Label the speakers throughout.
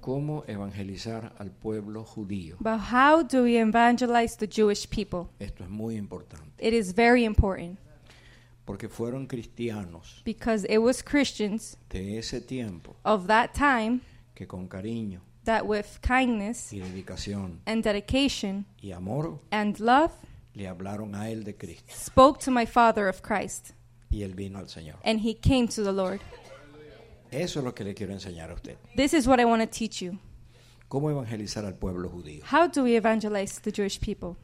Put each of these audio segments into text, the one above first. Speaker 1: cómo evangelizar al pueblo judío.
Speaker 2: But how do we evangelize the Jewish people?
Speaker 1: Esto es muy importante,
Speaker 2: It is very important
Speaker 1: porque fueron cristianos
Speaker 2: because it was Christians
Speaker 1: de ese tiempo
Speaker 2: of that time
Speaker 1: que con cariño
Speaker 2: that, with kindness
Speaker 1: y dedicación
Speaker 2: and dedication
Speaker 1: y amor
Speaker 2: and love,
Speaker 1: le hablaron a él de Cristo
Speaker 2: spoke to my father of Christ,
Speaker 1: y él vino al Señor.
Speaker 2: and he came to the Lord.
Speaker 1: Eso es lo que le quiero enseñar a usted.
Speaker 2: This is what I want to teach you.
Speaker 1: ¿Cómo evangelizar al pueblo judío?
Speaker 2: How do we evangelize the Jewish people?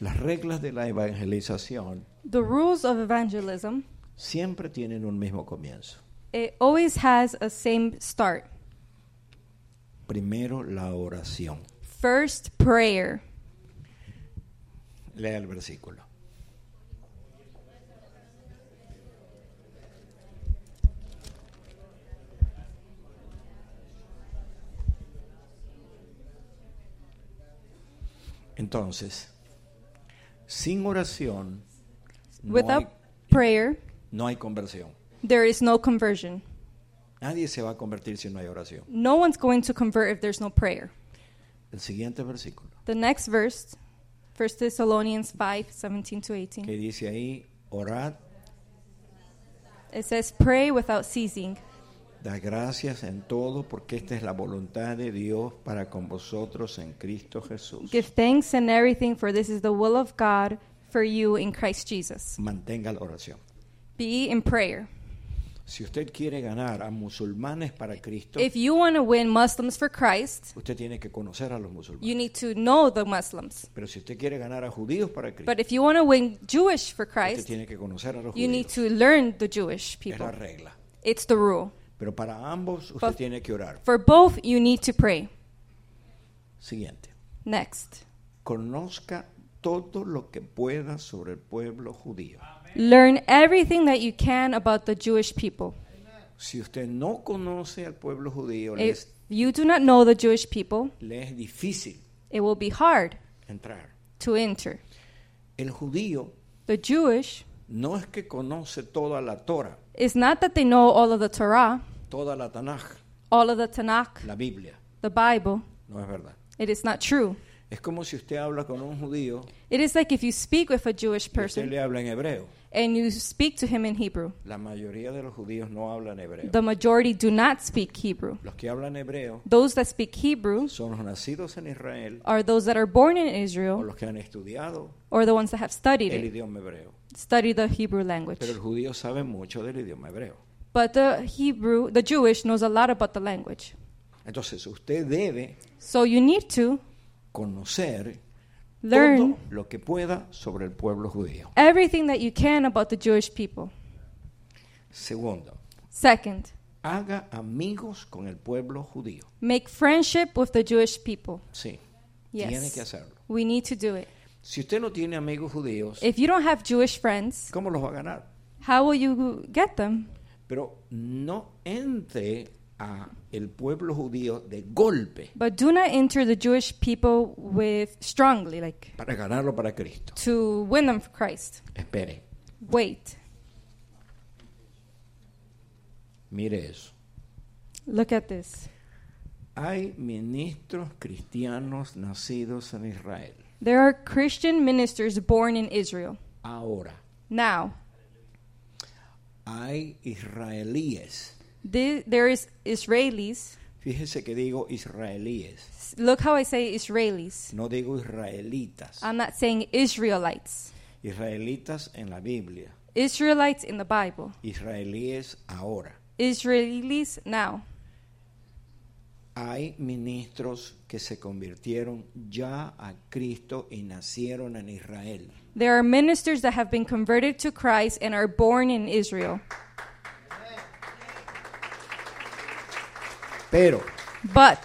Speaker 1: Las reglas de la evangelización
Speaker 2: The rules of evangelism,
Speaker 1: siempre tienen un mismo comienzo.
Speaker 2: it always has a same start.
Speaker 1: Primero la oración.
Speaker 2: First, prayer.
Speaker 1: Lea el versículo. Entonces, sin oración no hay,
Speaker 2: Without prayer,
Speaker 1: no hay conversión.
Speaker 2: there is no conversion.
Speaker 1: Nadie se va a convertir si no hay oración.
Speaker 2: No one's going to convert if there's no prayer.
Speaker 1: El siguiente versículo,
Speaker 2: The next verse, 1 Thessalonians 5 17 to 18,
Speaker 1: que dice ahí, orad,
Speaker 2: it says, Pray without ceasing.
Speaker 1: das gracias en todo, porque esta es la voluntad de Dios para con vosotros en Cristo Jesús.
Speaker 2: Give thanks in everything, for this is the will of God for you in Christ Jesus.
Speaker 1: mantenga la oración.
Speaker 2: Be in prayer.
Speaker 1: Si usted quiere ganar a musulmanes para Cristo,
Speaker 2: If you want to win Muslims for Christ,
Speaker 1: usted tiene que conocer a los
Speaker 2: you
Speaker 1: musulmanes.
Speaker 2: need to know the Muslims.
Speaker 1: Pero si usted quiere ganar a judíos para
Speaker 2: But
Speaker 1: Cristo,
Speaker 2: if you want to win Jewish for
Speaker 1: usted
Speaker 2: Christ,
Speaker 1: tiene que conocer a los
Speaker 2: you need
Speaker 1: judíos.
Speaker 2: to learn the Jewish
Speaker 1: Es la
Speaker 2: people.
Speaker 1: regla.
Speaker 2: It's the rule.
Speaker 1: Pero para ambos usted
Speaker 2: But-
Speaker 1: tiene que orar.
Speaker 2: For both, you need to pray.
Speaker 1: Siguiente.
Speaker 2: Next,
Speaker 1: Conozca todo lo que pueda sobre el pueblo judío.
Speaker 2: learn everything that you can about the Jewish people.
Speaker 1: Si usted no conoce al pueblo judío, le
Speaker 2: If
Speaker 1: es,
Speaker 2: you do not know the Jewish people,
Speaker 1: le es difícil
Speaker 2: it will be hard
Speaker 1: entrar.
Speaker 2: to enter.
Speaker 1: El judío
Speaker 2: The Jewish
Speaker 1: no es que conoce toda la Torah,
Speaker 2: is not that they know all of the Torah,
Speaker 1: toda la Tanaj,
Speaker 2: all of the Tanakh,
Speaker 1: la Biblia.
Speaker 2: the Bible.
Speaker 1: No es verdad.
Speaker 2: It is not true.
Speaker 1: Es como si usted habla con un judío
Speaker 2: It is like if you speak with a Jewish
Speaker 1: y usted
Speaker 2: person
Speaker 1: le habla en hebreo.
Speaker 2: and you speak to him in Hebrew.
Speaker 1: La mayoría de los judíos no hablan hebreo.
Speaker 2: The majority do not speak Hebrew.
Speaker 1: Los que hablan hebreo
Speaker 2: Those that speak Hebrew
Speaker 1: son los nacidos en Israel
Speaker 2: are those that are born in
Speaker 1: o
Speaker 2: Israel
Speaker 1: los que han estudiado
Speaker 2: or the ones that have studied
Speaker 1: el
Speaker 2: it,
Speaker 1: idioma hebreo.
Speaker 2: study the Hebrew language.
Speaker 1: Pero el judío sabe mucho del idioma hebreo.
Speaker 2: But the Hebrew, the Jewish knows a lot about the language.
Speaker 1: Entonces usted debe
Speaker 2: So you need to
Speaker 1: conocer
Speaker 2: learn
Speaker 1: todo lo que pueda sobre el pueblo judío.
Speaker 2: everything that you can about the Jewish people.
Speaker 1: Segundo,
Speaker 2: Second,
Speaker 1: haga amigos con el pueblo judío.
Speaker 2: make friendship with the Jewish people.
Speaker 1: Sí, tiene que
Speaker 2: Yes.
Speaker 1: hacerlo.
Speaker 2: We need to do it.
Speaker 1: Si usted no tiene amigos judíos,
Speaker 2: If you don't have Jewish friends,
Speaker 1: ¿cómo los va a ganar?
Speaker 2: how will you get them?
Speaker 1: Pero no entre a el pueblo judío de golpe
Speaker 2: But do not enter the Jewish people with strongly, like
Speaker 1: para ganarlo para Cristo.
Speaker 2: to win them for Christ.
Speaker 1: Espere,
Speaker 2: Wait.
Speaker 1: mire eso.
Speaker 2: Look at this.
Speaker 1: Hay ministros cristianos nacidos en Israel.
Speaker 2: There are Christian ministers born in Israel.
Speaker 1: Ahora,
Speaker 2: Now,
Speaker 1: hay israelíes.
Speaker 2: thi- there is Israelis.
Speaker 1: Fíjese que digo israelíes,
Speaker 2: S- Look how I say Israelis.
Speaker 1: no digo israelitas.
Speaker 2: I'm not saying Israelites.
Speaker 1: Israelitas en la Biblia,
Speaker 2: Israelites in the Bible.
Speaker 1: israelíes ahora.
Speaker 2: Israelis now.
Speaker 1: Hay ministros que se convirtieron ya a Cristo y nacieron en Israel.
Speaker 2: There are ministers that have been converted to Christ and are born in Israel.
Speaker 1: Pero,
Speaker 2: But,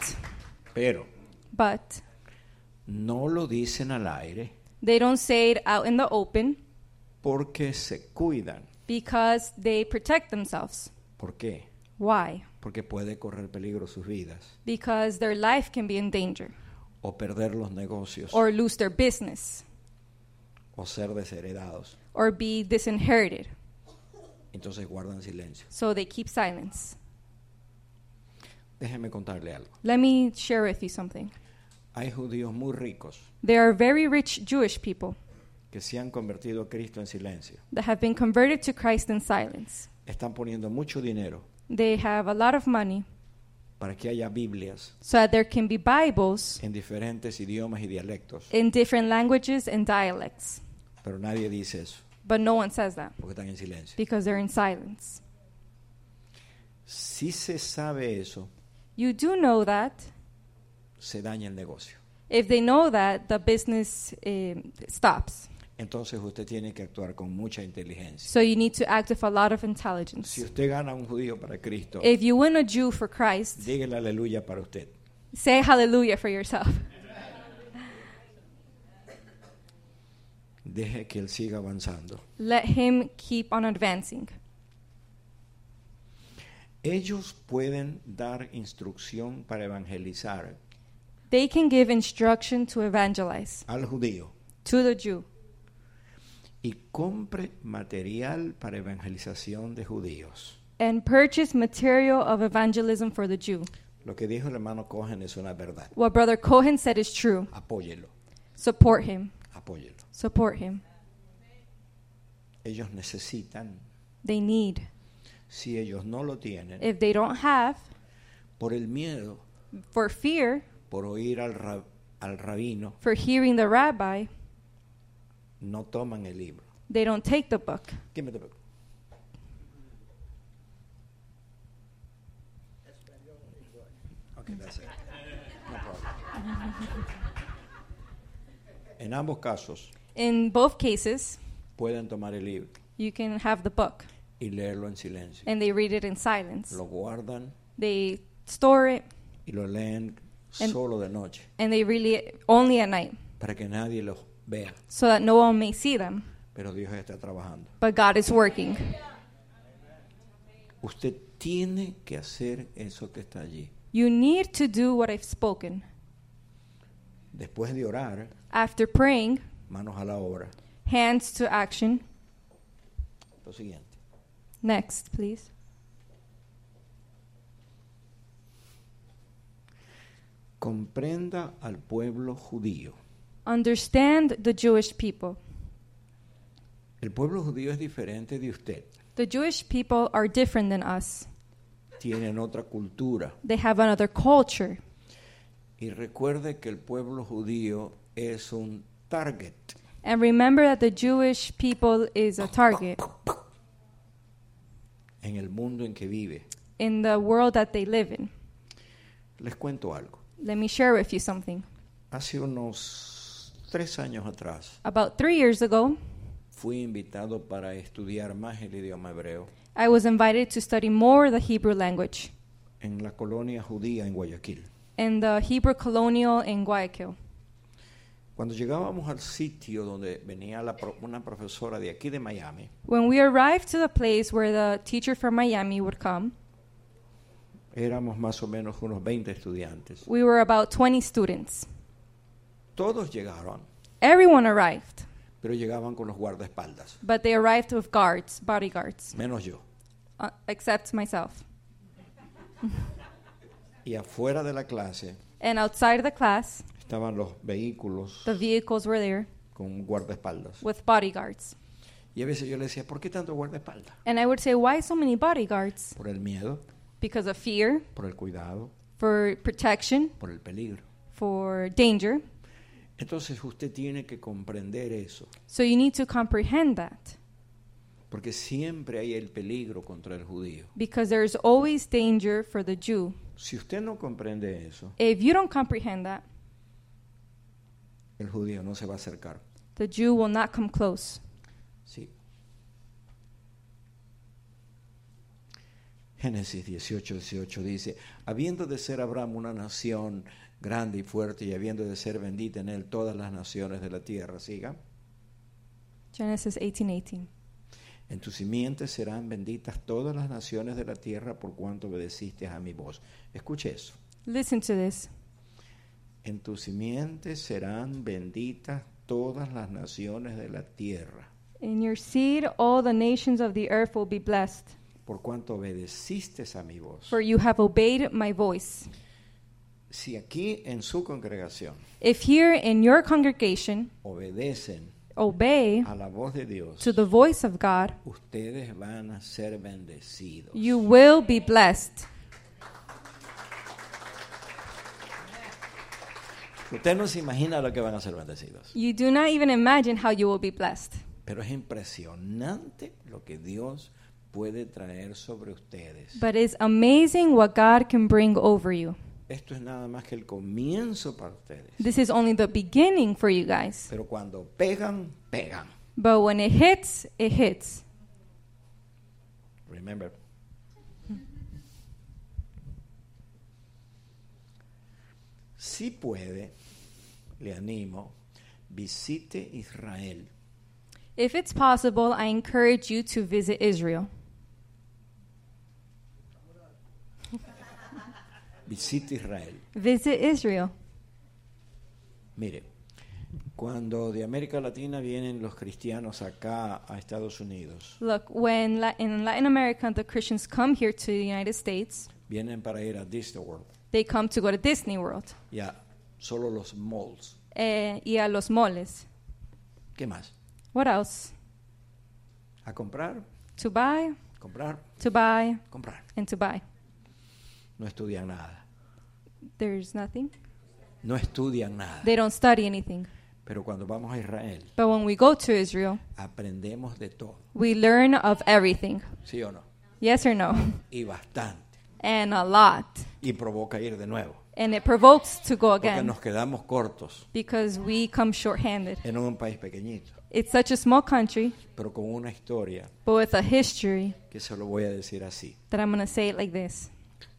Speaker 1: pero,
Speaker 2: but,
Speaker 1: no lo dicen al aire
Speaker 2: they don't say it out in the open
Speaker 1: porque se cuidan.
Speaker 2: because they protect themselves.
Speaker 1: ¿Por qué?
Speaker 2: Why?
Speaker 1: Porque puede correr peligro sus vidas
Speaker 2: Because their life can be in danger
Speaker 1: o perder los negocios
Speaker 2: or lose their business
Speaker 1: o ser desheredados.
Speaker 2: or be disinherited.
Speaker 1: Entonces guardan silencio.
Speaker 2: So they keep silence.
Speaker 1: Déjeme contarle algo.
Speaker 2: Let me share with you something.
Speaker 1: Hay judíos muy ricos
Speaker 2: There are very rich Jewish people
Speaker 1: que se han convertido a Cristo en silencio.
Speaker 2: that have been converted to Christ in silence.
Speaker 1: Están poniendo mucho dinero
Speaker 2: They have a lot of money
Speaker 1: para que haya Biblias
Speaker 2: so that there can be Bibles
Speaker 1: en diferentes idiomas y dialectos.
Speaker 2: in different languages and dialects.
Speaker 1: Pero nadie dice eso
Speaker 2: But no one says that
Speaker 1: porque están en silencio.
Speaker 2: because they're in silence.
Speaker 1: Si se sabe eso,
Speaker 2: You do know that.
Speaker 1: se daña el negocio.
Speaker 2: If they know that, the business um, stops.
Speaker 1: Entonces usted tiene que actuar con mucha inteligencia.
Speaker 2: So you need to act with a lot of intelligence.
Speaker 1: Si usted gana un judío para Cristo,
Speaker 2: If you win a Jew for Christ,
Speaker 1: dígale aleluya para usted.
Speaker 2: say hallelujah for yourself.
Speaker 1: Deje que él siga avanzando.
Speaker 2: Let him keep on advancing.
Speaker 1: Ellos pueden dar instrucción para evangelizar
Speaker 2: They can give instruction to evangelize
Speaker 1: al judío
Speaker 2: to the Jew
Speaker 1: y compre material para evangelización de judíos.
Speaker 2: and purchase material of evangelism for the Jew.
Speaker 1: Lo que dijo el hermano Cohen es una verdad.
Speaker 2: What Brother Cohen said is true.
Speaker 1: Apóyelo,
Speaker 2: Support him.
Speaker 1: apóyelo.
Speaker 2: Support him.
Speaker 1: Ellos necesitan,
Speaker 2: They need.
Speaker 1: si ellos no lo tienen,
Speaker 2: If they don't have,
Speaker 1: por el miedo,
Speaker 2: for fear,
Speaker 1: por oír al, ra- al rabino,
Speaker 2: for hearing the rabbi,
Speaker 1: no toman el libro.
Speaker 2: they don't take the book.
Speaker 1: Give me the book. Okay, that's it. No problem. En ambos casos
Speaker 2: In both cases,
Speaker 1: pueden tomar el libro
Speaker 2: you can have the book
Speaker 1: y leerlo en silencio.
Speaker 2: and they read it in silence.
Speaker 1: Lo guardan
Speaker 2: They store it
Speaker 1: y lo leen
Speaker 2: En-
Speaker 1: solo de noche
Speaker 2: and they read it only at night
Speaker 1: para que nadie los vea.
Speaker 2: so that no one may see them.
Speaker 1: Pero Dios está trabajando.
Speaker 2: But God is working.
Speaker 1: Usted tiene que hacer eso que está allí.
Speaker 2: You need to do what I've spoken.
Speaker 1: Después de orar,
Speaker 2: After praying,
Speaker 1: manos a la obra.
Speaker 2: hands to action.
Speaker 1: Lo siguiente.
Speaker 2: Next, please.
Speaker 1: Comprenda al pueblo judío.
Speaker 2: Understand the Jewish people.
Speaker 1: El pueblo judío es diferente de usted.
Speaker 2: The Jewish people are different than us.
Speaker 1: Tienen otra cultura.
Speaker 2: They have another culture.
Speaker 1: Y recuerde que el pueblo judío es un target.
Speaker 2: And remember that the Jewish people is a target
Speaker 1: en el mundo en que vive.
Speaker 2: in the world that they live in.
Speaker 1: Les cuento algo.
Speaker 2: Let me share with you something.
Speaker 1: Hace unos tres años atrás
Speaker 2: About three years ago,
Speaker 1: fui invitado para estudiar más el idioma hebreo
Speaker 2: I was invited to study more the Hebrew language
Speaker 1: en la colonia judía en Guayaquil.
Speaker 2: in the Hebrew colonial in Guayaquil.
Speaker 1: Cuando llegábamos al sitio donde venía la pro- una profesora de aquí de Miami,
Speaker 2: When we arrived to the place where the teacher from Miami would come,
Speaker 1: éramos más o menos unos 20 estudiantes.
Speaker 2: we were about 20 students.
Speaker 1: Todos llegaron,
Speaker 2: Everyone arrived,
Speaker 1: pero llegaban con los guardaespaldas,
Speaker 2: but they arrived with guards, bodyguards,
Speaker 1: menos yo.
Speaker 2: uh, except myself.
Speaker 1: Y afuera de la clase
Speaker 2: And outside the class,
Speaker 1: estaban los vehículos
Speaker 2: the vehicles were there
Speaker 1: con guardaespaldas.
Speaker 2: with bodyguards.
Speaker 1: Y a veces yo le decía, ¿por qué tanto guardaespaldas?
Speaker 2: And I would say, why so many bodyguards?
Speaker 1: Por el miedo,
Speaker 2: Because of fear,
Speaker 1: por el cuidado,
Speaker 2: for protection,
Speaker 1: por el peligro.
Speaker 2: for danger.
Speaker 1: Entonces usted tiene que comprender eso,
Speaker 2: So you need to comprehend that
Speaker 1: porque siempre hay el peligro contra el judío.
Speaker 2: because there is always danger for the Jew.
Speaker 1: Si usted no comprende eso,
Speaker 2: If you don't comprehend that,
Speaker 1: el judío no se va a acercar.
Speaker 2: the Jew will not come close.
Speaker 1: Sí. Génesis 18, 18 dice, habiendo de ser Abraham una nación grande y fuerte y habiendo de ser bendita en él todas las naciones de la tierra, siga,
Speaker 2: Genesis 18:18.
Speaker 1: en tu simiente serán benditas todas las naciones de la tierra por cuanto obedeciste a mi voz. Escuche eso.
Speaker 2: Listen to this.
Speaker 1: En tu simiente serán benditas todas las naciones de la tierra
Speaker 2: In your seed all the nations of the earth will be blessed
Speaker 1: por cuanto obedeciste a mi voz.
Speaker 2: for you have obeyed my voice.
Speaker 1: Si aquí en su congregación
Speaker 2: If here in your congregation
Speaker 1: obedecen
Speaker 2: obey
Speaker 1: a la voz de Dios,
Speaker 2: to the voice of God,
Speaker 1: ustedes van a ser bendecidos.
Speaker 2: you will be blessed.
Speaker 1: Usted no se imagina lo que van a ser bendecidos.
Speaker 2: You do not even imagine how you will be blessed.
Speaker 1: Pero es impresionante lo que Dios puede traer sobre ustedes.
Speaker 2: But it's amazing what God can bring over you.
Speaker 1: Esto es nada más que el comienzo para ustedes.
Speaker 2: This is only the beginning for you guys.
Speaker 1: Pero cuando pegan, pegan.
Speaker 2: But when it hits, it hits.
Speaker 1: Remember. Si puede, le animo, visite Israel.
Speaker 2: If it's possible, I encourage you to visit Israel.
Speaker 1: Visite Israel.
Speaker 2: Visit Israel.
Speaker 1: Mire, cuando de América Latina vienen los cristianos acá a Estados Unidos,
Speaker 2: Look, when La- in Latin America the Christians come here to the United States,
Speaker 1: vienen para ir a Disney World
Speaker 2: they come to go to Disney World
Speaker 1: y a solo los malls.
Speaker 2: eh, y a los moles.
Speaker 1: ¿Qué más?
Speaker 2: What else?
Speaker 1: A comprar,
Speaker 2: To buy,
Speaker 1: comprar,
Speaker 2: to buy,
Speaker 1: comprar.
Speaker 2: and to buy.
Speaker 1: No estudian nada.
Speaker 2: There's nothing.
Speaker 1: No estudian nada.
Speaker 2: They don't study anything.
Speaker 1: Pero cuando vamos a Israel,
Speaker 2: But when we go to Israel,
Speaker 1: aprendemos de todo,
Speaker 2: we learn of everything.
Speaker 1: ¿sí o no?
Speaker 2: Yes or no?
Speaker 1: Y bastante.
Speaker 2: And a lot.
Speaker 1: Y provoca ir de nuevo.
Speaker 2: And it provokes to go
Speaker 1: Porque
Speaker 2: again
Speaker 1: nos quedamos cortos
Speaker 2: because we come shorthanded.
Speaker 1: en un país pequeñito,
Speaker 2: It's such a small country,
Speaker 1: pero con una historia
Speaker 2: but with a history
Speaker 1: que se lo voy a decir así.
Speaker 2: that I'm going to say it like this.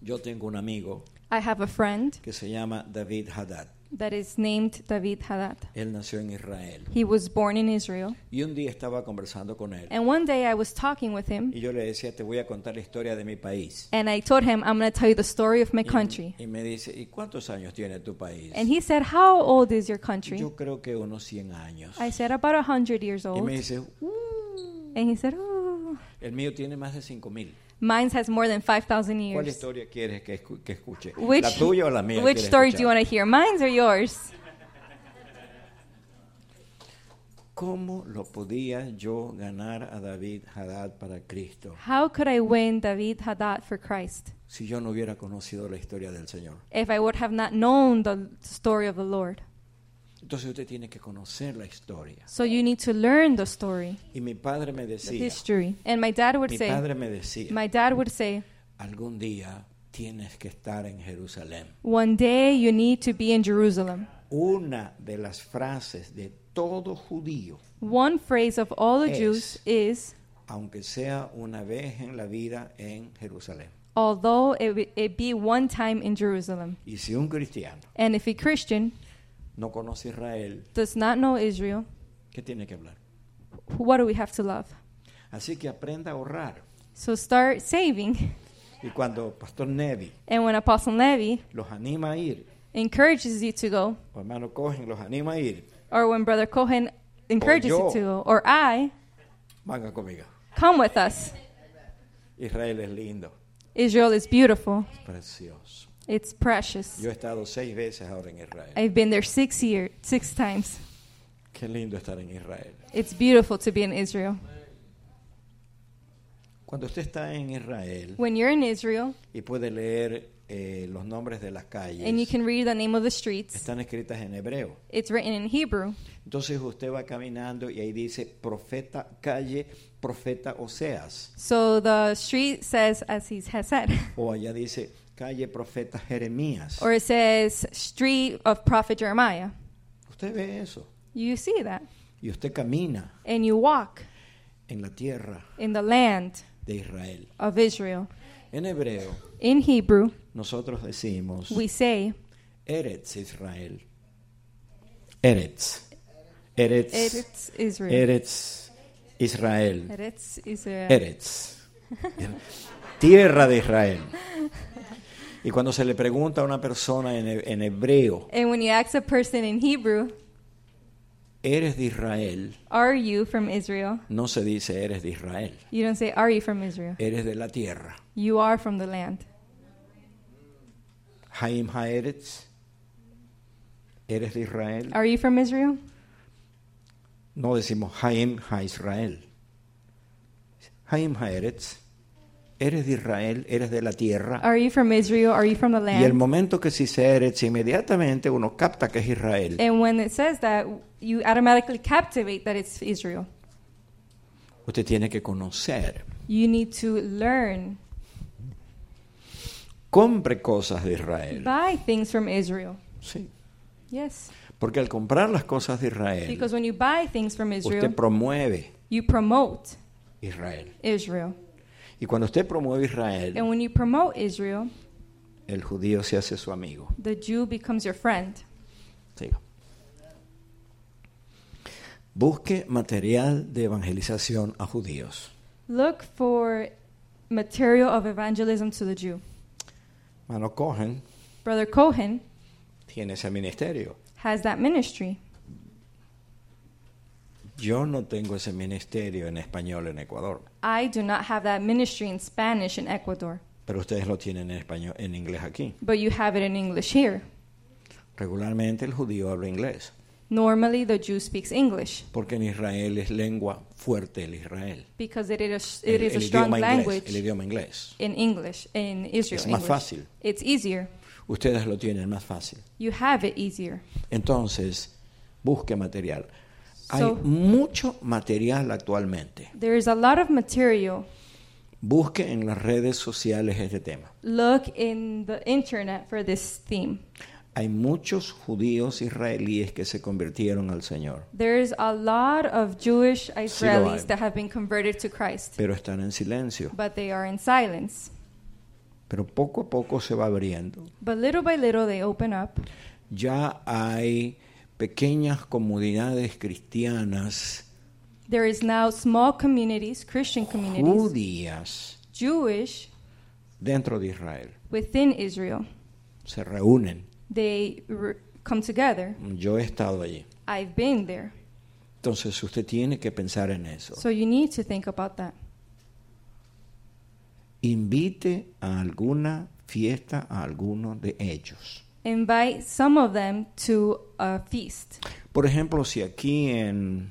Speaker 1: Yo tengo un amigo
Speaker 2: I have a friend
Speaker 1: que se llama David Haddad.
Speaker 2: that is named David Haddad.
Speaker 1: Él nació en Israel.
Speaker 2: He was born in Israel.
Speaker 1: Y un día estaba conversando con él.
Speaker 2: And one day I was talking with him
Speaker 1: Y yo le decía, te voy a contar la historia de mi país.
Speaker 2: and I told him, I'm going to tell you the story of my country.
Speaker 1: Y me dice, ¿y cuántos años tiene tu país?
Speaker 2: And he said, How old is your country?
Speaker 1: Yo creo que unos 100 años.
Speaker 2: I said, About 100 years
Speaker 1: Y
Speaker 2: old.
Speaker 1: me dice, "Uh,
Speaker 2: And he said, Ooh.
Speaker 1: el mío tiene más de 5000.
Speaker 2: Mine has more than 5,000
Speaker 1: ¿Cuál
Speaker 2: years.
Speaker 1: historia quieres que, escu- que escuche?
Speaker 2: Which,
Speaker 1: ¿La tuya o la mía?
Speaker 2: which
Speaker 1: quieres
Speaker 2: story do you
Speaker 1: escuchar?
Speaker 2: want to hear? Mine's or yours?
Speaker 1: ¿Cómo lo podía yo ganar a David Haddad para Cristo
Speaker 2: How could I win David Haddad for Christ
Speaker 1: si yo no hubiera conocido la historia del Señor?
Speaker 2: if I would have not known the story of the Lord?
Speaker 1: Entonces usted tiene que conocer la historia.
Speaker 2: So you need to learn the story,
Speaker 1: Y mi padre me
Speaker 2: the
Speaker 1: decía,
Speaker 2: history. And my dad would
Speaker 1: mi
Speaker 2: say,
Speaker 1: padre me decía,
Speaker 2: my dad would say,
Speaker 1: algún día tienes que estar en Jerusalén.
Speaker 2: one day you need to be in Jerusalem.
Speaker 1: Una de las frases de todo judío,
Speaker 2: One phrase of all the Jews is,
Speaker 1: aunque sea una vez en la vida en Jerusalén.
Speaker 2: although it, be- it be one time in Jerusalem.
Speaker 1: Y si un cristiano
Speaker 2: And if a Christian
Speaker 1: no conoce Israel,
Speaker 2: does not know Israel,
Speaker 1: ¿qué tiene que hablar?
Speaker 2: what do we have to love?
Speaker 1: Así que aprenda a ahorrar.
Speaker 2: So start saving.
Speaker 1: Y cuando Pastor Nevi
Speaker 2: And when Apostle Levy
Speaker 1: los anima a ir,
Speaker 2: encourages you to go,
Speaker 1: o hermano Cohen los anima a ir,
Speaker 2: or when Brother Cohen encourages
Speaker 1: yo.
Speaker 2: you to go, or I,
Speaker 1: venga conmigo.
Speaker 2: come with us.
Speaker 1: Israel es lindo,
Speaker 2: Israel is beautiful.
Speaker 1: es precioso.
Speaker 2: It's precious.
Speaker 1: Yo he estado seis veces ahora en Israel.
Speaker 2: I've been there six year, six times.
Speaker 1: Qué lindo estar en Israel.
Speaker 2: It's beautiful to be in Israel.
Speaker 1: Cuando usted está en Israel
Speaker 2: When you're in Israel
Speaker 1: y puede leer eh, los nombres de las
Speaker 2: and you
Speaker 1: calles,
Speaker 2: can read the name of the streets,
Speaker 1: están escritas en hebreo.
Speaker 2: it's written in Hebrew.
Speaker 1: Entonces usted va caminando y ahí dice profeta calle, profeta Oseas.
Speaker 2: So the street says, as he has said,
Speaker 1: O allá dice calle, profeta Jeremías.
Speaker 2: or it says, street of Prophet Jeremiah.
Speaker 1: Usted ve eso
Speaker 2: You see that.
Speaker 1: y usted camina
Speaker 2: And you walk
Speaker 1: en la tierra
Speaker 2: in the land
Speaker 1: de Israel.
Speaker 2: of Israel.
Speaker 1: En hebreo
Speaker 2: In Hebrew,
Speaker 1: nosotros decimos
Speaker 2: we say
Speaker 1: Eretz Israel. Eretz. Eretz.
Speaker 2: Eretz Israel.
Speaker 1: Eretz Israel.
Speaker 2: Eretz Israel.
Speaker 1: Eretz. Tierra de Israel. Y cuando se le pregunta a una persona en, he- en hebreo,
Speaker 2: And when you ask a person in Hebrew,
Speaker 1: eres de Israel,
Speaker 2: Are you from Israel?
Speaker 1: no se dice eres de Israel,
Speaker 2: You don't say, Are you from Israel?
Speaker 1: eres de la tierra.
Speaker 2: You are from the land.
Speaker 1: Haim Haeretz, eres de Israel.
Speaker 2: Are you from Israel?
Speaker 1: No decimos Haim Ha Israel. Haim Haeretz, eres de Israel, eres de la tierra.
Speaker 2: Are you from Israel? Are you from the
Speaker 1: Y el
Speaker 2: land?
Speaker 1: momento que se dice Eretz, inmediatamente uno capta que es Israel.
Speaker 2: And when it says that, you automatically captivate that it's Israel.
Speaker 1: Usted tiene que conocer.
Speaker 2: You need to learn,
Speaker 1: Compre cosas de Israel.
Speaker 2: buy things from Israel.
Speaker 1: Sí.
Speaker 2: Yes.
Speaker 1: Porque al comprar las cosas de Israel,
Speaker 2: Because when you buy things from Israel,
Speaker 1: usted promueve
Speaker 2: you promote
Speaker 1: Israel.
Speaker 2: Israel.
Speaker 1: Y cuando usted promueve Israel,
Speaker 2: And when you promote Israel,
Speaker 1: el judío se hace su amigo.
Speaker 2: the Jew becomes your friend.
Speaker 1: Siga. Busque material de evangelización a judíos.
Speaker 2: Look for material of evangelism to the Jew.
Speaker 1: Mano Cohen
Speaker 2: Brother Cohen
Speaker 1: tiene ese ministerio.
Speaker 2: has that ministry.
Speaker 1: Yo no tengo ese ministerio en español en Ecuador,
Speaker 2: I do not have that ministry in Spanish in Ecuador,
Speaker 1: pero ustedes lo tienen en español en inglés aquí.
Speaker 2: but you have it in English here.
Speaker 1: Regularmente el judío habla inglés,
Speaker 2: Normally, the Jew speaks English
Speaker 1: porque en Israel es lengua fuerte el Israel.
Speaker 2: because it is a,
Speaker 1: El,
Speaker 2: it is
Speaker 1: el
Speaker 2: a strong
Speaker 1: idioma inglés,
Speaker 2: language
Speaker 1: el idioma inglés.
Speaker 2: in English in Israel.
Speaker 1: Es más
Speaker 2: English.
Speaker 1: fácil.
Speaker 2: It's easier.
Speaker 1: Ustedes lo tienen más fácil.
Speaker 2: You have it easier.
Speaker 1: Entonces, busque material. Hay
Speaker 2: So-
Speaker 1: mucho material actualmente.
Speaker 2: There is a lot of material.
Speaker 1: Busque en las redes sociales este tema.
Speaker 2: Look in the internet for this theme.
Speaker 1: Hay muchos judíos israelíes que se convirtieron al Señor,
Speaker 2: There's a lot of Jewish Israelis
Speaker 1: hay.
Speaker 2: that have been converted to Christ,
Speaker 1: pero están en silencio.
Speaker 2: but they are in silence.
Speaker 1: Pero poco a poco se va abriendo.
Speaker 2: But little by little, they open up.
Speaker 1: Ya hay pequeñas comunidades cristianas
Speaker 2: There is now small communities, Christian communities,
Speaker 1: judías
Speaker 2: Jewish
Speaker 1: dentro de Israel.
Speaker 2: within Israel.
Speaker 1: Se reúnen.
Speaker 2: They re- come together.
Speaker 1: Yo he estado allí.
Speaker 2: I've been there.
Speaker 1: Entonces usted tiene que pensar en eso.
Speaker 2: So you need to think about that.
Speaker 1: Invite a alguna fiesta a alguno de ellos.
Speaker 2: Invite some of them to a feast.
Speaker 1: Por ejemplo, si aquí en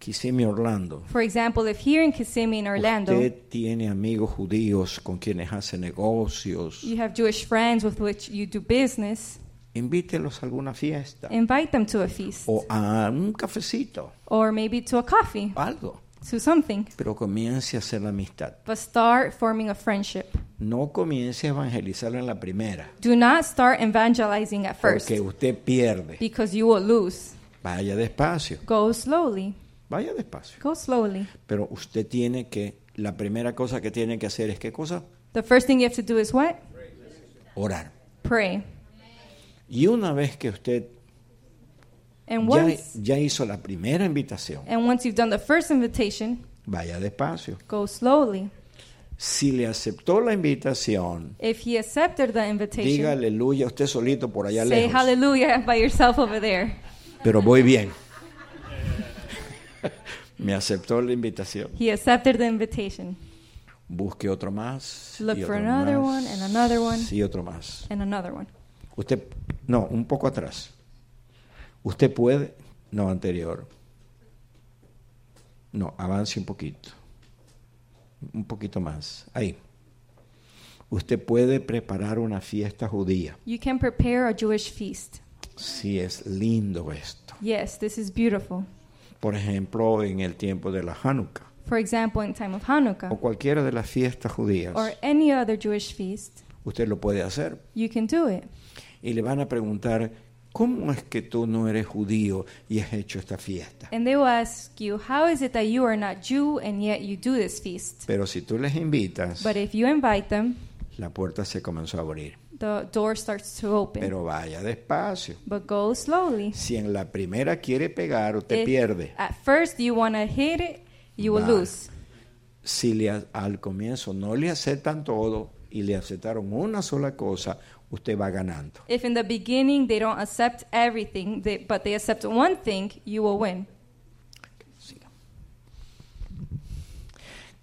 Speaker 1: Kissimmee, Orlando,
Speaker 2: For example, if here in Kissimmee, in Orlando,
Speaker 1: usted tiene amigos judíos con quienes hace negocios,
Speaker 2: you have Jewish friends with which you do business,
Speaker 1: invítelos a alguna fiesta
Speaker 2: invite them to a feast
Speaker 1: o a un cafecito,
Speaker 2: or maybe to a coffee,
Speaker 1: algo.
Speaker 2: to something.
Speaker 1: Pero comience a hacer la amistad.
Speaker 2: But start forming a friendship.
Speaker 1: No comience a evangelizar en la primera,
Speaker 2: Do not start evangelizing at first
Speaker 1: porque usted pierde.
Speaker 2: because you will lose.
Speaker 1: Vaya despacio,
Speaker 2: Go slowly.
Speaker 1: vaya despacio.
Speaker 2: Go slowly.
Speaker 1: Pero usted tiene que, la primera cosa que tiene que hacer es qué cosa?
Speaker 2: The first thing you have to do is what?
Speaker 1: Orar.
Speaker 2: Pray.
Speaker 1: Y una vez que usted
Speaker 2: And
Speaker 1: ya,
Speaker 2: once
Speaker 1: ya hizo la primera invitación,
Speaker 2: and once you've done the first invitation,
Speaker 1: vaya despacio.
Speaker 2: go slowly.
Speaker 1: Si le aceptó la invitación,
Speaker 2: If he accepted the invitation,
Speaker 1: diga aleluya usted solito por allá
Speaker 2: say
Speaker 1: lejos.
Speaker 2: hallelujah by yourself over there.
Speaker 1: Pero voy bien. Me aceptó la invitación.
Speaker 2: He accepted the invitation.
Speaker 1: Busque otro más.
Speaker 2: Look
Speaker 1: y
Speaker 2: for
Speaker 1: otro
Speaker 2: another
Speaker 1: más,
Speaker 2: one and another one.
Speaker 1: Y otro más.
Speaker 2: And another one.
Speaker 1: Usted, no, un poco atrás. Usted puede, no, anterior. No, avance un poquito. Un poquito más. Ahí. Usted puede preparar una fiesta judía.
Speaker 2: You can prepare a Jewish feast.
Speaker 1: Sí, es lindo esto.
Speaker 2: Yes, this is beautiful.
Speaker 1: Por ejemplo, en el tiempo de la Hanukkah
Speaker 2: For example, in time of
Speaker 1: o
Speaker 2: Hanukkah
Speaker 1: cualquiera de las fiestas judías,
Speaker 2: or any other Jewish feast,
Speaker 1: usted lo puede hacer.
Speaker 2: you can do it.
Speaker 1: Y le van a preguntar, ¿cómo es que tú no eres judío y has hecho esta fiesta?
Speaker 2: And they will ask you, How is it that you are not Jew and yet you do this feast?
Speaker 1: Pero si tú les invitas,
Speaker 2: But if you invite them,
Speaker 1: la puerta se comenzó a abrir.
Speaker 2: the door starts to open.
Speaker 1: Pero vaya despacio.
Speaker 2: but go slowly.
Speaker 1: Si en la primera quiere pegar, usted
Speaker 2: If
Speaker 1: pierde.
Speaker 2: At first, you want to hit it, you will
Speaker 1: Va.
Speaker 2: lose.
Speaker 1: Si le a- al comienzo no le aceptan todo, y le aceptaron una sola cosa, usted va ganando.
Speaker 2: If in the beginning they don't accept everything, they, but they accept one thing, you will win.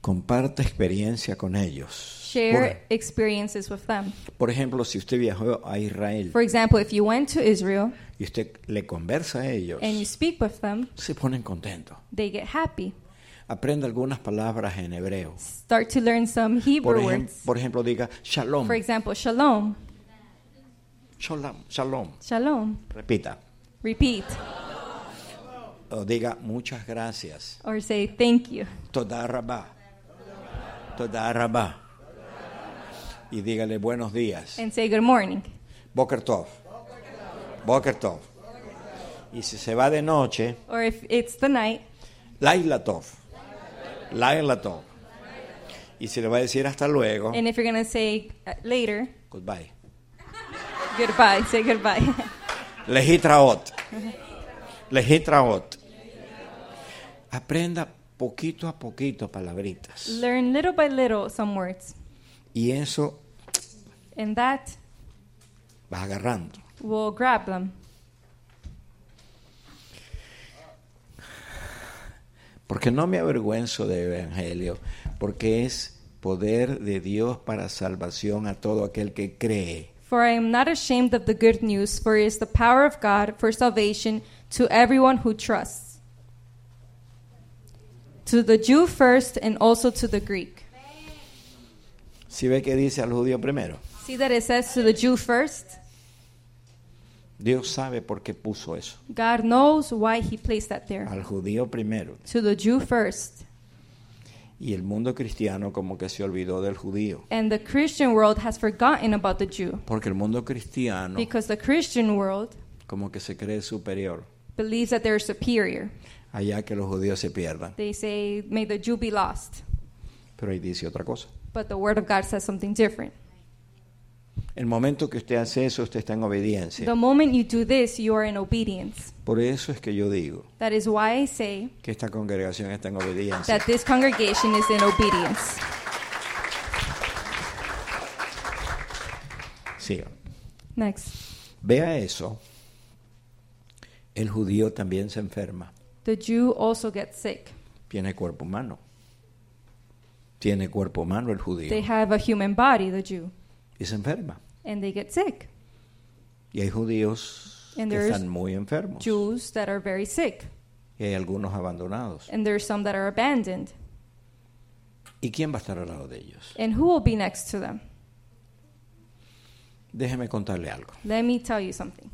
Speaker 1: Comparte experiencia con ellos.
Speaker 2: Share experiences with them.
Speaker 1: Por, por ejemplo, si usted viajó a Israel
Speaker 2: For example, if you went to Israel
Speaker 1: y usted le conversa a ellos,
Speaker 2: and you speak with them,
Speaker 1: se ponen contentos.
Speaker 2: they get happy.
Speaker 1: Aprenda algunas palabras en hebreo.
Speaker 2: Start to learn some
Speaker 1: Por,
Speaker 2: Hebrew
Speaker 1: ejem-
Speaker 2: words.
Speaker 1: por ejemplo, diga shalom,
Speaker 2: For example, shalom,
Speaker 1: shalom, shalom.
Speaker 2: shalom.
Speaker 1: Repita.
Speaker 2: Repeat
Speaker 1: O diga muchas gracias.
Speaker 2: or say thank you.
Speaker 1: Toda rabá. Toda rabá. Y dígale buenos días.
Speaker 2: and say good morning.
Speaker 1: Boker Tov. Boker Tov. Y si se va de noche,
Speaker 2: Or if it's the night,
Speaker 1: Laila Tov. Laila Tov. Y se le va a decir hasta luego,
Speaker 2: and if you're going to say uh, later,
Speaker 1: goodbye.
Speaker 2: goodbye, say goodbye.
Speaker 1: Legitraot. Legitraot. Aprenda poquito a poquito palabritas.
Speaker 2: Learn little by little some words,
Speaker 1: Y eso
Speaker 2: and that
Speaker 1: vas agarrando.
Speaker 2: will grab them.
Speaker 1: Porque no me avergüenzo del Evangelio, porque es poder de Dios para salvación a todo aquel que cree.
Speaker 2: For I am not ashamed of the good news, for it is the power of God for salvation to everyone who trusts. To the Jew first, and also to the Greek.
Speaker 1: Si ve que dice al judío primero,
Speaker 2: See that it says to the Jew first?
Speaker 1: Dios sabe por qué puso eso.
Speaker 2: God knows why he placed that there.
Speaker 1: Al judío primero.
Speaker 2: To the Jew first.
Speaker 1: Y el mundo cristiano como que se olvidó del judío.
Speaker 2: And the Christian world has forgotten about the Jew
Speaker 1: Porque el mundo cristiano
Speaker 2: because the Christian world
Speaker 1: como que se cree superior.
Speaker 2: believes that they're superior.
Speaker 1: Allá que los judíos se pierdan.
Speaker 2: They say, May the Jew be lost.
Speaker 1: Pero ahí dice otra cosa.
Speaker 2: But the Word of God says something different.
Speaker 1: El momento que usted hace eso, usted está en
Speaker 2: The
Speaker 1: obediencia.
Speaker 2: moment you do this, you are in obedience.
Speaker 1: Por eso es que yo digo
Speaker 2: That is why I say
Speaker 1: que esta congregación está en obediencia.
Speaker 2: that this congregation is in obedience.
Speaker 1: Siga.
Speaker 2: Next.
Speaker 1: Vea eso. El judío también se enferma.
Speaker 2: The Jew also gets sick.
Speaker 1: Tiene cuerpo humano. Tiene cuerpo humano el judío.
Speaker 2: They have a human body, the Jew,
Speaker 1: Y se enferma.
Speaker 2: and they get sick.
Speaker 1: Y hay judíos
Speaker 2: And
Speaker 1: que
Speaker 2: there's
Speaker 1: están muy enfermos.
Speaker 2: Jews that are very sick,
Speaker 1: Y hay algunos abandonados.
Speaker 2: and there's some that are abandoned.
Speaker 1: ¿Y quién va a estar al lado de ellos?
Speaker 2: And who will be next to them?
Speaker 1: Déjeme contarle algo.
Speaker 2: Let me tell you something.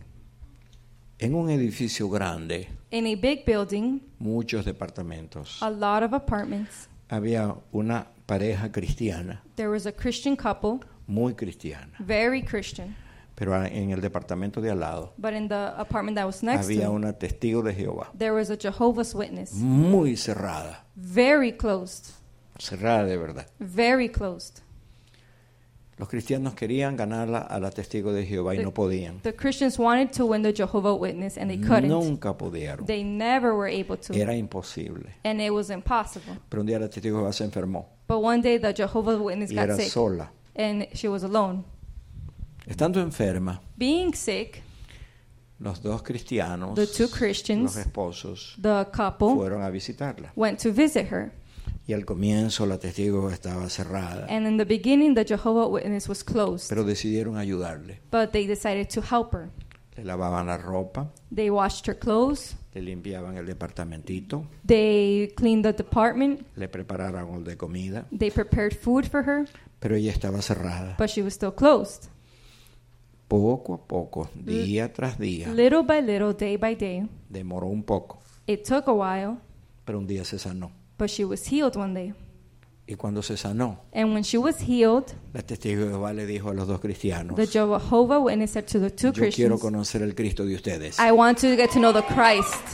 Speaker 1: En un edificio grande,
Speaker 2: In a big building,
Speaker 1: muchos departamentos,
Speaker 2: a lot of apartments,
Speaker 1: había una pareja cristiana,
Speaker 2: there was a Christian couple,
Speaker 1: muy cristiana.
Speaker 2: very Christian,
Speaker 1: Pero a- en el departamento de al lado
Speaker 2: but in the apartment that was next to
Speaker 1: había
Speaker 2: them,
Speaker 1: una testigo de Jehová,
Speaker 2: there was a Jehovah's Witness,
Speaker 1: muy cerrada,
Speaker 2: very closed,
Speaker 1: cerrada de verdad.
Speaker 2: very closed.
Speaker 1: Los cristianos querían ganarla a la testigo de Jehová y no podían.
Speaker 2: The Christians wanted to win the Jehovah Witness and they couldn't.
Speaker 1: Nunca pudieron.
Speaker 2: They never were able to,
Speaker 1: Era imposible.
Speaker 2: and it was impossible.
Speaker 1: Pero un día la testigo de Jehová se enfermó
Speaker 2: But one day the Jehovah's Witness
Speaker 1: y
Speaker 2: got
Speaker 1: era
Speaker 2: sick,
Speaker 1: sola.
Speaker 2: and she was alone.
Speaker 1: Estando enferma,
Speaker 2: Being sick,
Speaker 1: los dos cristianos,
Speaker 2: The two Christians, Oh.
Speaker 1: los esposos,
Speaker 2: the couple
Speaker 1: fueron a visitarla.
Speaker 2: went to visit her,
Speaker 1: Y al comienzo la testigo estaba cerrada,
Speaker 2: and in the beginning the Jehovah's Witness was closed.
Speaker 1: pero decidieron ayudarle.
Speaker 2: But they decided to help her.
Speaker 1: Le lavaban la ropa,
Speaker 2: They washed her clothes,
Speaker 1: le limpiaban el departamentito,
Speaker 2: they cleaned the department,
Speaker 1: le prepararon el de comida,
Speaker 2: they prepared food for her,
Speaker 1: pero ella estaba cerrada.
Speaker 2: but she was still closed.
Speaker 1: Poco a poco, día tras día,
Speaker 2: Little by little, day by day,
Speaker 1: demoró un poco,
Speaker 2: it took a while,
Speaker 1: pero un día se sanó.
Speaker 2: but she was healed one day.
Speaker 1: Y cuando se sanó,
Speaker 2: And when she was healed,
Speaker 1: la testigo de Jehová le dijo a los dos cristianos,
Speaker 2: the Jehovah Witness said to the two
Speaker 1: yo quiero
Speaker 2: Christians,
Speaker 1: conocer el Cristo de ustedes.
Speaker 2: I want to get to know the Christ.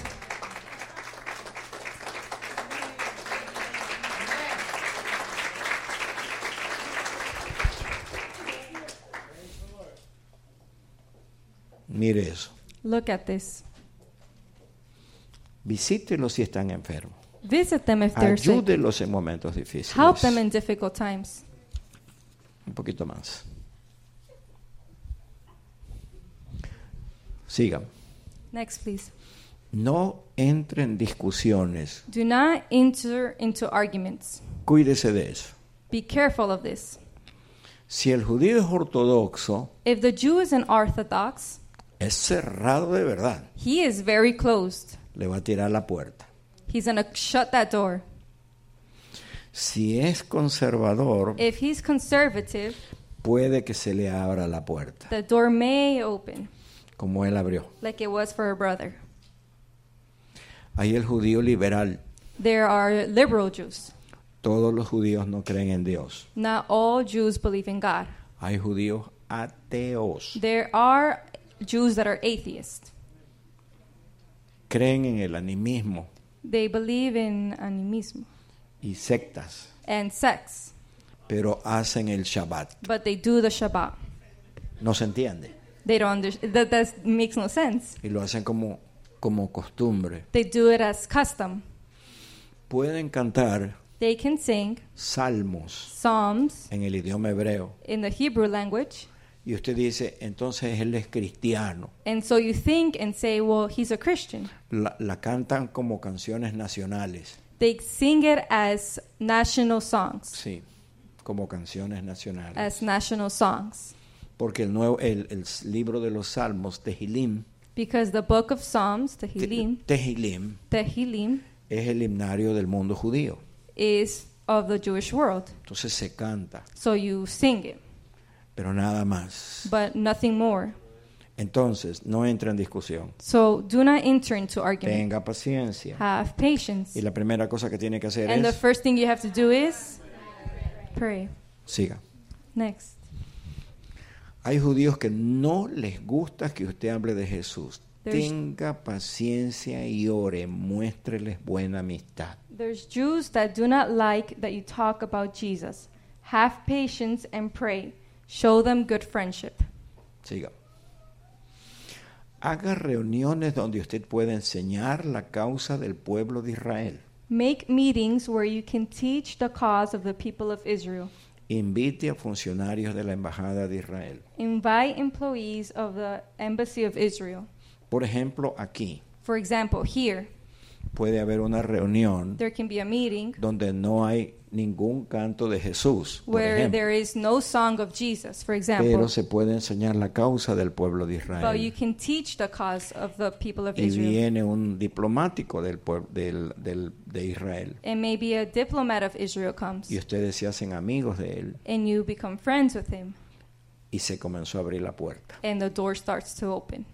Speaker 1: Mire eso.
Speaker 2: Look at this.
Speaker 1: Visítelos si están enfermos.
Speaker 2: Visit them if they're sick.
Speaker 1: Ayúdelos en momentos difíciles.
Speaker 2: Help them in difficult times.
Speaker 1: poquito más. Sigan.
Speaker 2: Next, please.
Speaker 1: No entren en discusiones.
Speaker 2: Do not enter into arguments.
Speaker 1: Cuídese de eso.
Speaker 2: Be careful of this.
Speaker 1: Si el judío es ortodoxo,
Speaker 2: If the Jew is an orthodox,
Speaker 1: es cerrado de verdad.
Speaker 2: he is very closed.
Speaker 1: Le va a tirar la puerta.
Speaker 2: He's going to shut that door.
Speaker 1: Si es conservador,
Speaker 2: If he's conservative,
Speaker 1: puede que se le abra la puerta,
Speaker 2: the door may open,
Speaker 1: como él abrió.
Speaker 2: like it was for her brother.
Speaker 1: Hay el judío liberal.
Speaker 2: There are liberal Jews.
Speaker 1: Todos los judíos no creen en Dios.
Speaker 2: Not all Jews believe in God.
Speaker 1: Hay judíos ateos.
Speaker 2: There are Jews that are atheists.
Speaker 1: Creen en el animismo
Speaker 2: They believe in animism
Speaker 1: y sectas,
Speaker 2: and sex,
Speaker 1: pero hacen el Shabbat.
Speaker 2: but they do the Shabbat.
Speaker 1: No se entiende.
Speaker 2: They don't understand. That, that makes no sense.
Speaker 1: Y lo hacen como, como costumbre.
Speaker 2: They do it as custom.
Speaker 1: Pueden cantar
Speaker 2: They can sing
Speaker 1: salmos
Speaker 2: psalms
Speaker 1: en el idioma hebreo.
Speaker 2: in the Hebrew language.
Speaker 1: Y usted dice, entonces él es cristiano.
Speaker 2: And so you think and say, well, he's a Christian.
Speaker 1: La, la cantan como canciones nacionales.
Speaker 2: They sing it as national songs,
Speaker 1: Sí, como canciones nacionales.
Speaker 2: as national songs.
Speaker 1: Porque el, nuevo, el, el s- libro de los salmos, Tehilim,
Speaker 2: Because the book of Psalms,
Speaker 1: te-
Speaker 2: Tehillim,
Speaker 1: Tehilim,
Speaker 2: Tehillim,
Speaker 1: es el himnario del mundo judío.
Speaker 2: is of the Jewish world.
Speaker 1: Entonces se canta,
Speaker 2: So you sing it,
Speaker 1: pero nada más.
Speaker 2: but nothing more.
Speaker 1: Entonces, no entra en discusión.
Speaker 2: So do not enter into argument.
Speaker 1: Tenga paciencia.
Speaker 2: Have patience.
Speaker 1: Y la primera cosa que tiene que hacer
Speaker 2: And the
Speaker 1: es...
Speaker 2: first thing you have to do is pray.
Speaker 1: Siga.
Speaker 2: Next.
Speaker 1: Hay judíos que no les gusta que usted hable de Jesús.
Speaker 2: There's-
Speaker 1: Tenga paciencia y ore, muéstreles buena amistad.
Speaker 2: There's Jews that do not like that you talk about Jesus. Have patience and pray. Show them good friendship.
Speaker 1: Siga. Haga reuniones donde usted pueda enseñar la causa del pueblo de Israel.
Speaker 2: Make meetings where you can teach the cause of the people of Israel.
Speaker 1: Invite a funcionarios de la Embajada de Israel.
Speaker 2: Invite employees of the Embassy of Israel.
Speaker 1: Por ejemplo, aquí
Speaker 2: For example, here,
Speaker 1: puede haber una reunión
Speaker 2: there can be a meeting
Speaker 1: donde no hay ningún canto de Jesús, por
Speaker 2: where
Speaker 1: ejemplo,
Speaker 2: there is no song of Jesus, for
Speaker 1: pero
Speaker 2: example.
Speaker 1: se puede enseñar la causa del pueblo de
Speaker 2: But you
Speaker 1: Israel.
Speaker 2: can teach the cause of the people of
Speaker 1: Y
Speaker 2: Israel.
Speaker 1: viene un diplomático del pueblo de Israel
Speaker 2: And maybe a diplomat of Israel comes
Speaker 1: y ustedes se hacen amigos de él
Speaker 2: and you become friends with him
Speaker 1: y se comenzó a abrir la puerta.
Speaker 2: and the door starts to open.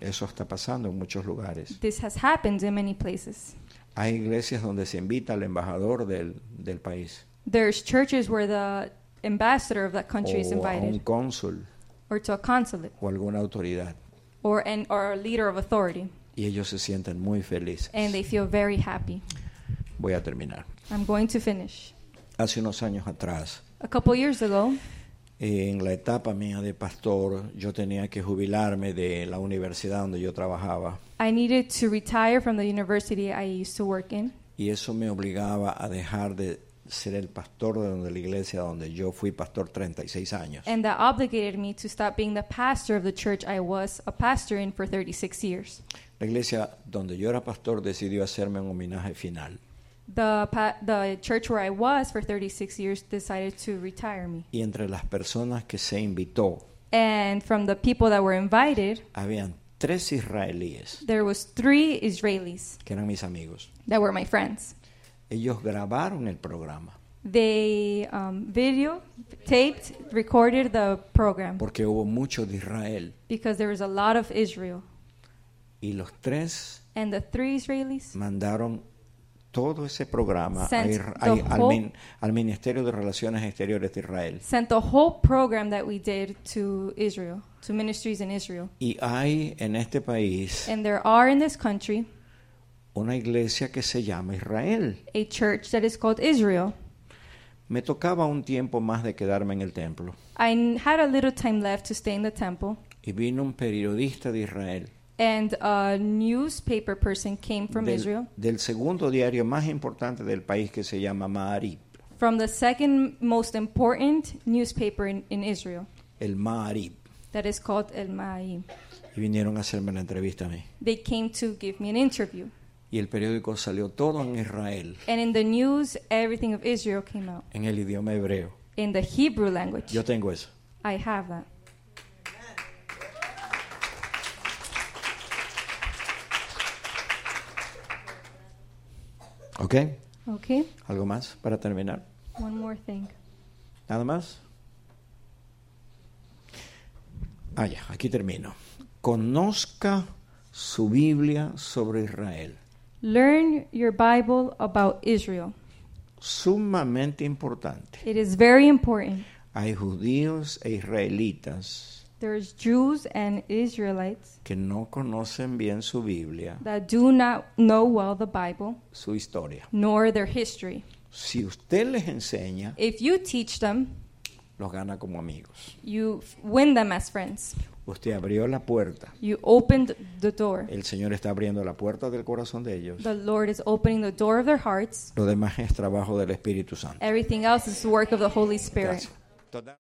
Speaker 1: Eso está pasando en muchos lugares.
Speaker 2: This has happened in many places.
Speaker 1: Hay iglesias donde se invita al embajador del, del país
Speaker 2: There's churches where the ambassador of that country is
Speaker 1: o a un
Speaker 2: invited
Speaker 1: cónsul
Speaker 2: or to a consulate
Speaker 1: o alguna autoridad
Speaker 2: or an or a leader of authority
Speaker 1: y ellos se sienten muy felices.
Speaker 2: and they feel very happy.
Speaker 1: Voy a terminar.
Speaker 2: I'm going to finish.
Speaker 1: Hace unos años atrás,
Speaker 2: A couple years ago,
Speaker 1: eh, en la etapa mía de pastor, yo tenía que jubilarme de la universidad donde yo trabajaba
Speaker 2: I needed to retire from the university I used to work in,
Speaker 1: y eso me obligaba a dejar de ser el pastor de donde la iglesia donde yo fui pastor 36 años.
Speaker 2: and that obligated me to stop being the pastor of the church I was a pastor in for 36 years.
Speaker 1: La iglesia donde yo era pastor decidió hacerme un homenaje final.
Speaker 2: The, pa- the church where I was for 36 years decided to retire me.
Speaker 1: Y entre las personas que se invitó
Speaker 2: And from the people that were invited,
Speaker 1: habían tres israelíes
Speaker 2: there was three Israelis
Speaker 1: que eran mis amigos.
Speaker 2: that were my friends.
Speaker 1: Ellos grabaron el programa
Speaker 2: They um, video, taped, recorded the program
Speaker 1: porque hubo mucho de Israel
Speaker 2: because there was a lot of Israel.
Speaker 1: y los tres
Speaker 2: And the three Israelis
Speaker 1: mandaron todo ese programa a
Speaker 2: Sent
Speaker 1: Ir-
Speaker 2: the
Speaker 1: a- al,
Speaker 2: whole-
Speaker 1: min- al Ministerio de Relaciones Exteriores de Israel.
Speaker 2: sent the whole program that we did to Israel, to ministries in Israel.
Speaker 1: Y hay en este país
Speaker 2: And there are in this country
Speaker 1: una iglesia que se llama Israel.
Speaker 2: a church that is called Israel.
Speaker 1: Me tocaba un tiempo más de quedarme en el templo.
Speaker 2: I n- had a little time left to stay in the temple,
Speaker 1: Y vino un periodista de Israel,
Speaker 2: and a newspaper person came from
Speaker 1: del,
Speaker 2: Israel,
Speaker 1: del segundo diario más importante del país que se llama Maarib.
Speaker 2: from the second most important newspaper in, in Israel,
Speaker 1: el Maarib.
Speaker 2: that is called El Ma'im.
Speaker 1: Y vinieron a hacerme la entrevista a mí.
Speaker 2: They came to give me an interview.
Speaker 1: Y el periódico salió todo en Israel,
Speaker 2: And in the news, everything of Israel came out
Speaker 1: en el idioma hebreo.
Speaker 2: in the Hebrew language.
Speaker 1: Yo tengo eso.
Speaker 2: I have that.
Speaker 1: ¿Ok?
Speaker 2: Okay,
Speaker 1: ¿Algo más para terminar?
Speaker 2: one more thing.
Speaker 1: ¿Nada más? Ah, ya, aquí termino. Conozca su Biblia sobre Israel.
Speaker 2: Learn your Bible about Israel.
Speaker 1: Sumamente importante.
Speaker 2: It is very important.
Speaker 1: Hay judíos e israelitas
Speaker 2: There's Jews and Israelites
Speaker 1: que no conocen bien su Biblia,
Speaker 2: that do not know well the Bible
Speaker 1: su historia.
Speaker 2: nor their history.
Speaker 1: Si usted les enseña,
Speaker 2: If you teach them,
Speaker 1: los gana como amigos.
Speaker 2: you f- win them as friends.
Speaker 1: Usted abrió la puerta.
Speaker 2: You opened the door.
Speaker 1: El Señor está abriendo la puerta del corazón de ellos.
Speaker 2: The Lord is opening the door of their hearts.
Speaker 1: Lo demás es trabajo del Espíritu Santo.
Speaker 2: Everything else is work of the Holy Spirit.
Speaker 1: Gracias. Total-